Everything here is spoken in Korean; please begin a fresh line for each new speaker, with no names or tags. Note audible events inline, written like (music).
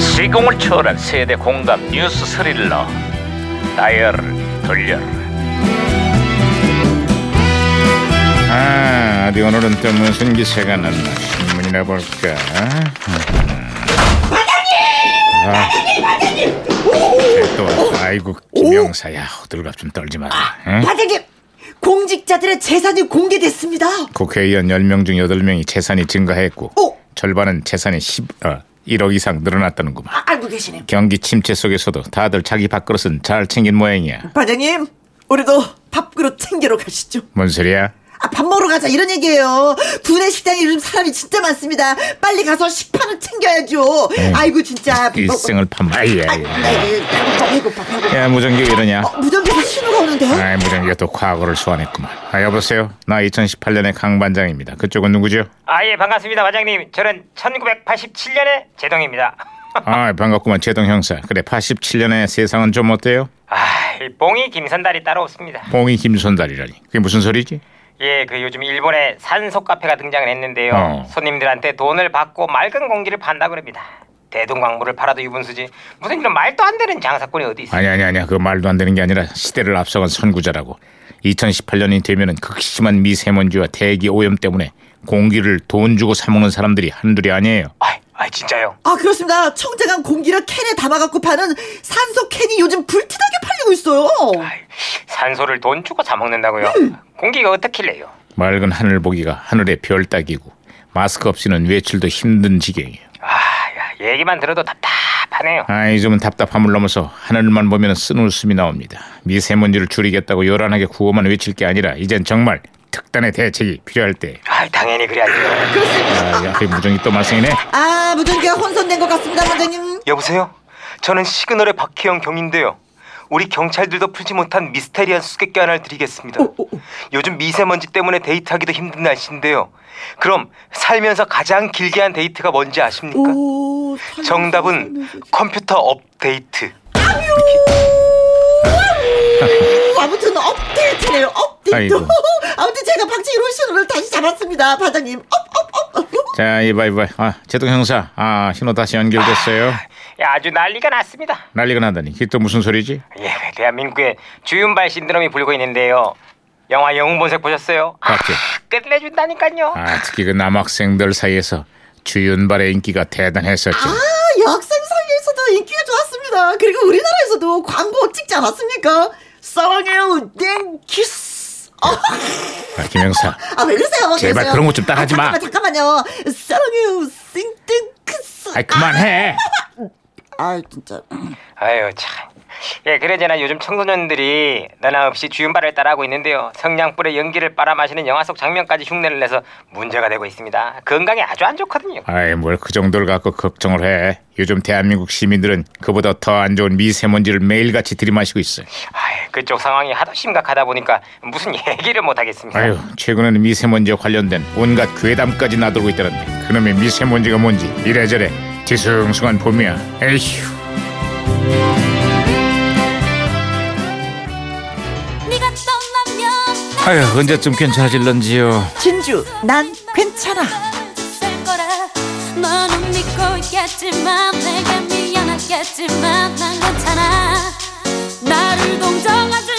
시공을 초월한 세대 공감 뉴스 스릴러 다이얼을 돌려라
아, 어디 오늘은 또 무슨 기사가 났나 신문이나 볼까? 반장님! 아, 또 왔다. 아이고 김영사야 호들갑 좀 떨지 마라. 응?
반장님 공직자들의 재산이 공개됐습니다. 아,
국회의원 10명 중 8명이 재산이 증가했고
어?
절반은 재산이 10, 어, 1억 이상 늘어났다는구만.
아, 알고 계시네.
경기 침체 속에서도 다들 자기 밥그릇은 잘 챙긴 모양이야.
반장님 우리도 밥그릇 챙기러 가시죠.
뭔 소리야?
아, 밥 먹으러 가자 이런 얘기예요. 분해 식당에 요즘 사람이 진짜 많습니다. 빨리 가서 식판을 챙겨야죠. 아이고 진짜 밥 먹-
일생을 파마야.
아, 아이고, 배고파 배고파 배고파.
야 무전기 왜 이러냐?
어, 무전기에서 신호가 오는데요.
아이 무전기가 또 과거를 소환했구만. 아 여보세요. 나 2018년의 강 반장입니다. 그쪽은 누구죠?
아 예 반갑습니다 반장님 저는 1987년의 제동입니다 (laughs)
아 반갑구만 제동 형사. 그래 87년의 세상은 좀 어때요?
아이 뽕이 김선달이 따로 없습니다
봉이 김손달이라니. 그게 무슨 소리지?
예 그 요즘 일본에 산소 카페가 등장을 했는데요
어.
손님들한테 돈을 받고 맑은 공기를 판다고 그럽니다 대동강물을 팔아도 유분수지 무슨 이런 말도 안 되는 장사꾼이 어디 있어요
아니 아니 아니야. 그 말도 안 되는 게 아니라 시대를 앞서간 선구자라고. 2018년이 되면은 극심한 미세먼지와 대기 오염 때문에 공기를 돈 주고 사 먹는 사람들이 한둘이 아니에요.
아이, 아이 진짜요
아 그렇습니다. 청정한 공기를 캔에 담아갖고 파는 산소 캔이 요즘 불티나게 팔리고 있어요.
아이, 산소를 돈 주고 사 먹는다고요
음.
공기가 어떻길래요
맑은 하늘 보기가 하늘의 별 따기고 마스크 없이는 외출도 힘든 지경이에요.
아야 얘기만 들어도 답답하네요
아, 요즘은 답답함을 넘어서 하늘만 보면 쓴 웃음이 나옵니다. 미세먼지를 줄이겠다고 요란하게 구호만 외칠 게 아니라 이젠 정말 특단의 대책이 필요할 때.
아이 당연히 그래야죠
아, 야, 그 무정이 또 말썽이네.
아 무전기가 혼선된 것 같습니다, 반장님.
여보세요? 저는 시그널의 박혜영 경인데요. 우리 경찰들도 풀지 못한 미스테리한 수수께끼 하나를
어,
드리겠습니다. 요즘 미세먼지 때문에 데이트하기도 힘든 날씨인데요. 그럼 살면서 가장 길게 한 데이트가 뭔지 아십니까?
오, 살면서,
정답은
살면서.
컴퓨터 업데이트.
오, 아무튼 업데이트네요. 업데이트.
아이고.
아무튼 제가 박지희로 신호를 다시 잡았습니다, 반장님. 업, 업, 업.
자, 이봐, 이봐. 아, 제동 형사. 아, 신호 다시 연결됐어요.
야, 예, 아주 난리가 났습니다.
난리가 나다니. 그게 또 무슨 소리지?
예, 대한민국의 주윤발 신드롬이 불고 있는데요. 영화 영웅본색 보셨어요? 아,
봤지?
끝내준다니까요.
아, 특히 그 남학생들 사이에서 주윤발의 인기가 대단했었지.
아, 여학생 사이에서도 인기가 좋았습니다. 그리고 우리나라에서도 광고 찍지 않았습니까? 사랑해요, 땡키스. 어,
아, 김 형사.
아, 왜 그러세요?
제발
그러세요?
그런 거좀 따라하지 마.
아, 잠깐만요, 잠깐만요. 사랑해요, 땡땡키스.
아이, 그만해.
아, 진짜.
아유 참. 예, 그러잖아 요즘 청소년들이 너나 없이 주윤발을 따라하고 있는데요. 성냥불의 연기를 빨아마시는 영화 속 장면까지 흉내를 내서 문제가 되고 있습니다. 건강에 아주 안 좋거든요.
아이 뭘 그 정도를 갖고 걱정을 해. 요즘 대한민국 시민들은 그보다 더 안 좋은 미세먼지를 매일같이 들이마시고 있어.
아유, 그쪽 상황이 하도 심각하다 보니까 무슨 얘기를 못 하겠습니다.
아유 최근에는 미세먼지와 관련된 온갖 괴담까지 나돌고 있다는데 그놈의 미세먼지가 뭔지 이래저래 뒤숭숭한 봄이야. 에휴.
네가 떠나면
아유 언제쯤 괜찮아질런지요.
진주, 난 괜찮아.
살 거라 너는 믿고 있겠지만 내가 미안하겠지만 난 괜찮아 나를 동정하지